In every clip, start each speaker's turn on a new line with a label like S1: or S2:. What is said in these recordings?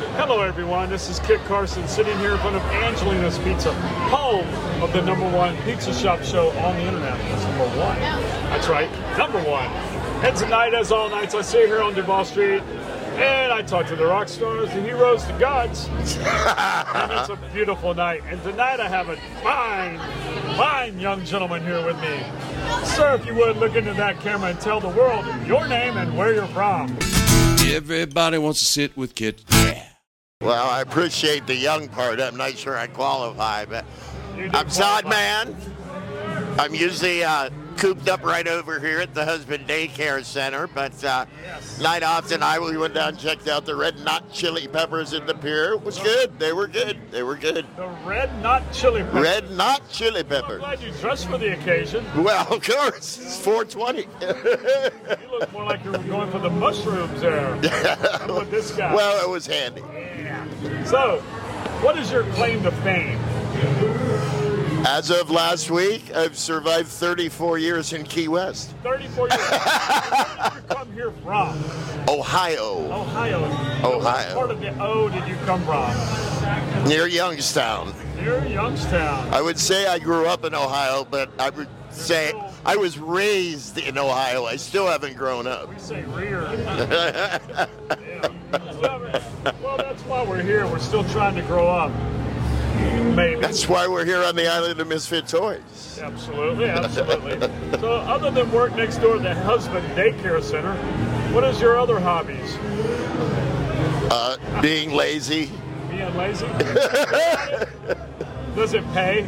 S1: Hello, everyone. This is Kit Carson sitting here in front of Angelina's Pizza, home of the number one pizza shop show on the internet. That's number one. That's right, number one. And tonight, as all nights, I sit here on Duval Street and I talk to the rock stars, the heroes, the gods. and it's a beautiful night. And tonight, I have a fine, fine young gentleman here with me. Sir, if you would, look into that camera and tell the world your name and where you're from.
S2: Everybody wants to sit with Kit.
S3: Well, I appreciate the young part. I'm not sure I qualify, but
S1: You do
S3: I'm Sod
S1: qualify.
S3: Man. I'm usually uh, cooped up right over here at the Husband Daycare Center, but uh,
S1: Yes.
S3: not often. I we went down and checked out the Red Knot Chili Peppers in the pier. It was good. They were good. They were good.
S1: The red not chili pepper.
S3: Red Knot Chili
S1: I'm
S3: Pepper.
S1: glad you dressed for the occasion.
S3: Well, of course, it's 420.
S1: You look more like you were going for the mushrooms there. Than with this guy.
S3: well, it was handy.
S1: so, what is your claim to fame?
S3: As of last week, I've survived 34 years in Key West,
S1: 34 years. Where did you come here from?
S3: Ohio,
S1: Ohio. What
S3: Ohio.
S1: part of the O did you come from?
S3: near Youngstown.
S1: Near Youngstown.
S3: I would say I grew up in Ohio, but I would say I was raised in Ohio. I still haven't grown up.
S1: We say rear. Yeah. Well, that's why we're here. We're still trying to grow up. Maybe.
S3: That's why we're here on the island of misfit toys.
S1: Absolutely, absolutely. so, other than work next door at the husband daycare center, what is your other hobbies?
S3: Uh, being lazy?
S1: Being lazy? Does it pay?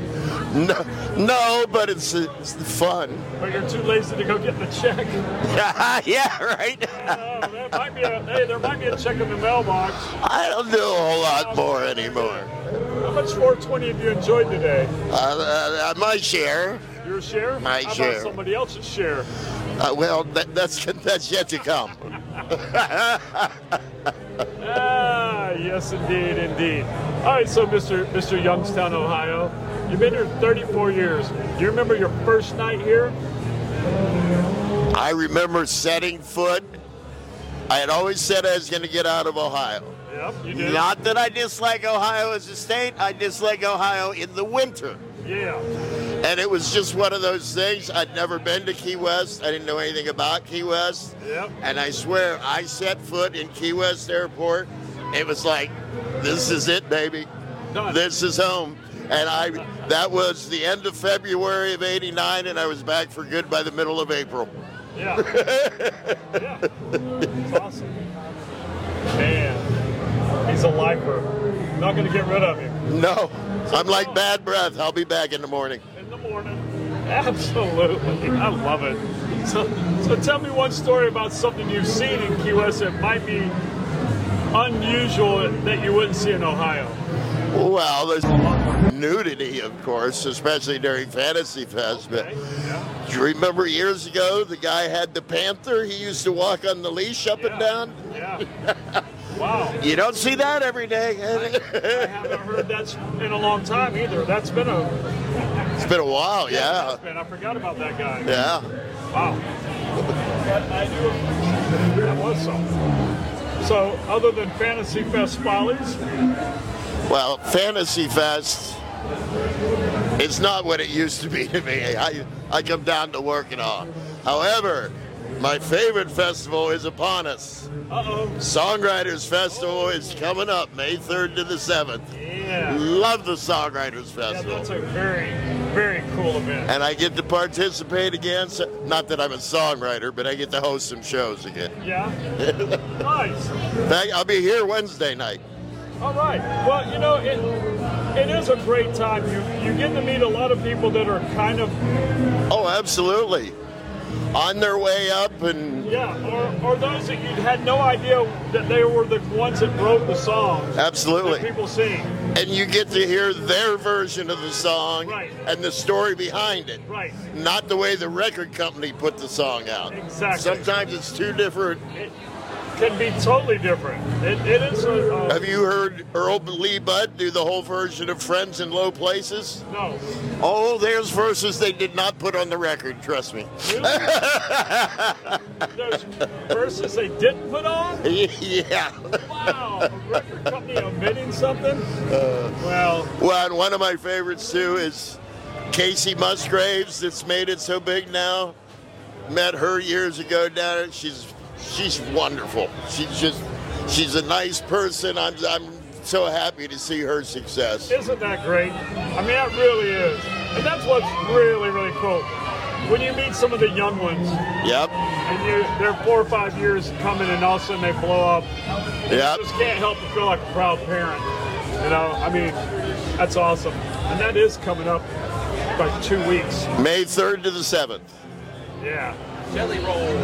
S3: No, no, but it's, it's fun.
S1: But you're too lazy to go get the check.
S3: yeah, right.
S1: Oh, there might be a hey, there might be a check in the mailbox.
S3: I don't do a whole lot more anymore.
S1: How much 420 have you enjoyed today?
S3: Uh, uh, uh, my share.
S1: Your share?
S3: My
S1: How
S3: share.
S1: about somebody else's share?
S3: Uh, well, that, that's that's yet to come.
S1: Ah, yes, indeed, indeed. All right, so Mr. Mr. Youngstown, Ohio, you've been here 34 years. Do you remember your first night here?
S3: I remember setting foot. I had always said I was going to get out of Ohio.
S1: Yep, you did.
S3: Not that I dislike Ohio as a state, I dislike Ohio in the winter.
S1: yeah.
S3: And it was just one of those things. I'd never been to Key West, I didn't know anything about Key West.
S1: Yep.
S3: And I swear, I set foot in Key West Airport. It was like, this is it, baby.
S1: Done.
S3: This is home. And I, that was the end of February of '89, and I was back for good by the middle of April.
S1: Yeah. yeah. It's awesome. Man, he's a lifer. Not going to get rid of him.
S3: No, I'm like bad breath. I'll be back in the morning.
S1: In the morning. Absolutely. I love it. So, so tell me one story about something you've seen in Key West that might be unusual that you wouldn't see in Ohio.
S3: Well, there's nudity, of course, especially during Fantasy Fest. But
S1: Okay? Yeah.
S3: do you remember years ago the guy had the panther? He used to walk on the leash up
S1: Yeah.
S3: and down.
S1: Yeah. Wow.
S3: You don't see that every day.
S1: I haven't heard that's in a long time either. That's been a.
S3: it's been a while, yeah.
S1: Man, I forgot about that guy.
S3: Yeah.
S1: Wow. That was something. So, other than Fantasy Fest Follies,
S3: Well, Fantasy Fest is not what it used to be to me. I, I come down to work and all. However, my favorite festival is upon us.
S1: uh-oh.
S3: Songwriters Festival is coming up May 3rd to the 7th.
S1: Yeah.
S3: Love the Songwriters
S1: Yeah, that's
S3: Festival.
S1: a very, very cool event.
S3: And I get to participate again. So, not that I'm a songwriter, but I get to host some shows again.
S1: Yeah? Nice.
S3: In fact, I'll be here Wednesday night.
S1: All right. Well, you know, it it is a great time. You you get to meet a lot of people that are kind of
S3: Oh, absolutely. On their way up and
S1: yeah, or, or those that you had no idea that they were the ones that wrote the songs
S3: absolutely.
S1: that people sing.
S3: and you get to hear their version of the song
S1: Right.
S3: and the story behind it.
S1: Right.
S3: Not the way the record company put the song out.
S1: Exactly.
S3: Sometimes it's two different
S1: It, can be totally different. It, it is a. Uh,
S3: Have you heard Earl Lee Budd do the whole version of Friends in Low Places?
S1: no.
S3: All theirs verses they did not put on the record, trust me.
S1: There's verses they did put on?
S3: yeah.
S1: Wow. A record company omitting something? well,
S3: Well, and one of my favorites too is Casey Musgraves that's made it so big now. Met her years ago down at she's she's wonderful. She's just she's a nice person. I'm I'm so happy to see her success.
S1: Isn't that great? I mean, that really is. And that's what's really, really cool. When you meet some of the young ones
S3: Yep.
S1: and you, they're four or five years coming and all of a sudden they blow up,
S3: Yep.
S1: you just can't help but feel like a proud parent. You know, I mean, that's awesome. And that is coming up like two weeks.
S3: May 3rd to the 7th.
S1: Yeah. Jelly roll.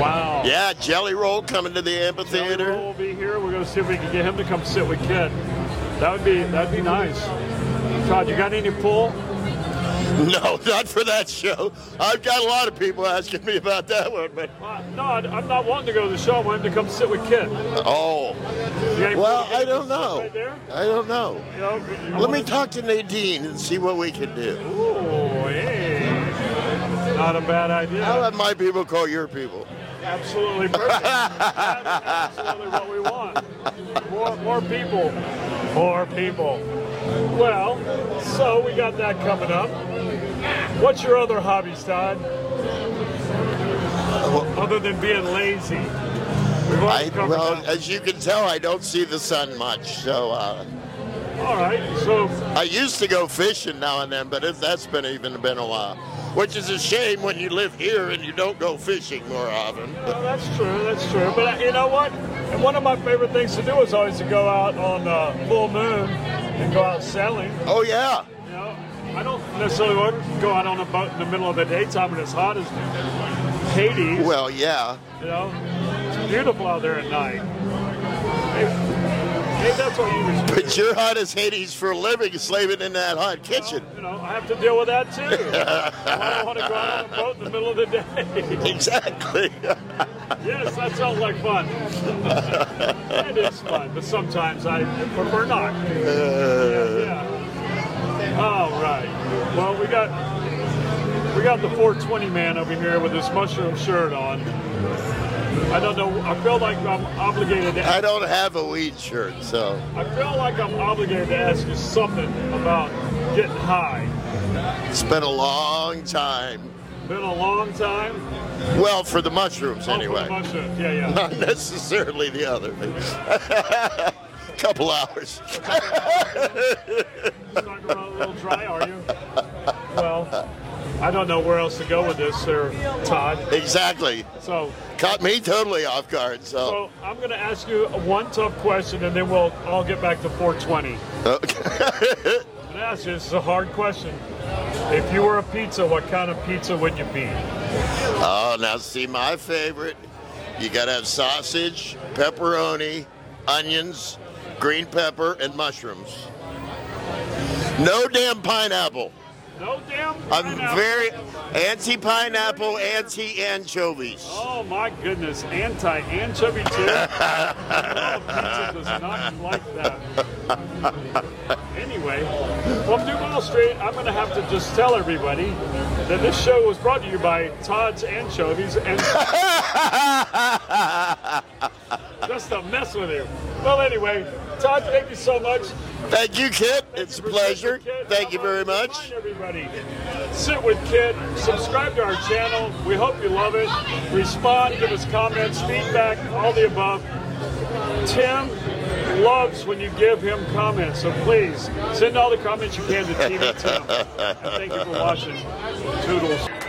S1: Wow.
S3: Yeah, Jelly Roll coming to the
S1: Jelly
S3: amphitheater.
S1: roll will be here. We're gonna see if we can get him to come sit with Kid. That would be that'd be nice. Todd, you got any pull?
S3: No, not for that show. I've got a lot of people asking me about that one, but
S1: Uh, no, I- I'm not wanting to go to the show. I want him to come sit with Kid.
S3: oh, well, I don't know.
S1: Right there?
S3: I don't know.
S1: You know, I
S3: Let
S1: wanna-
S3: me talk to Nadine and see what we can do.
S1: Ooh, hey. Not a bad idea.
S3: I'll let my people call your people.
S1: Absolutely perfect. That's absolutely what we want. More, more people. More people. Well, so we got that coming up. What's your other hobbies, Todd? Other than being lazy. We've already
S3: I,
S1: covered
S3: well,
S1: that.
S3: as you can tell, I don't see the sun much. So uh,
S1: All right. So,
S3: I used to go fishing now and then, but it, that's been even been a while, which is a shame when you live here and you don't go fishing more often.
S1: well, that's true. That's true. But uh, you know what? And one of my favorite things to do is always to go out on uh, full moon and go out sailing.
S3: Oh yeah,
S1: You know, I don't necessarily want to go out on a boat in the middle of the daytime when it's hot as Haiti.
S3: well yeah.
S1: You know, it's beautiful out there at night. Maybe, maybe that's what you was
S3: But you're hot as Hades for a living, slaving in that hot kitchen.
S1: You know, I have to deal with that too. I don't want to go out on a boat in the middle of the day.
S3: Exactly.
S1: yes, that sounds like fun. it is fun, but sometimes I prefer not. Yeah. All right. Well, we got we got the 420 man over here with his mushroom shirt on. I don't know. I feel like I'm obligated to.
S3: I don't have a weed shirt, so
S1: I feel like I'm obligated to ask you something about getting high.
S3: it's been a long time.
S1: Been a long time.
S3: Well, for the mushrooms anyway.
S1: Oh, for the mushroom. Yeah, yeah.
S3: Not necessarily the other. Couple hours.
S1: Talking about a little dry, are you? Well, I don't know where else to go with this, sir Todd.
S3: Exactly.
S1: So,
S3: Caught me totally off guard. So
S1: so I'm going to ask you one tough question, and then we'll all get back to 420.
S3: Okay.
S1: I'm going to ask you. This is a hard question. If you were a pizza, what kind of pizza would you be?
S3: oh, now see my favorite. You gotta have sausage, pepperoni, onions, green pepper, and mushrooms. No damn pineapple.
S1: No damn.
S3: I'm
S1: pineapple.
S3: very anti-pineapple, anti-anchovies.
S1: Oh my goodness! Anti anchovy too. oh, pizza does not like that. Anyway, from New Wall Street, I'm going to have to just tell everybody that this show was brought to you by Todd's Anchovies, and just to mess with you. Well, anyway, Todd, thank you so much.
S3: Thank you, Kit.
S1: Thank
S3: It's
S1: you
S3: a
S1: for
S3: pleasure.
S1: sitting with Kit.
S3: Thank you
S1: I'd like
S3: very
S1: to
S3: much.
S1: remind everybody, sit with Kit. Subscribe to our channel. We hope you love it. Respond, give us comments, feedback, all the above. Tim loves when you give him comments, so please send all the comments you can to TV Tim. And thank you for watching. Toodles.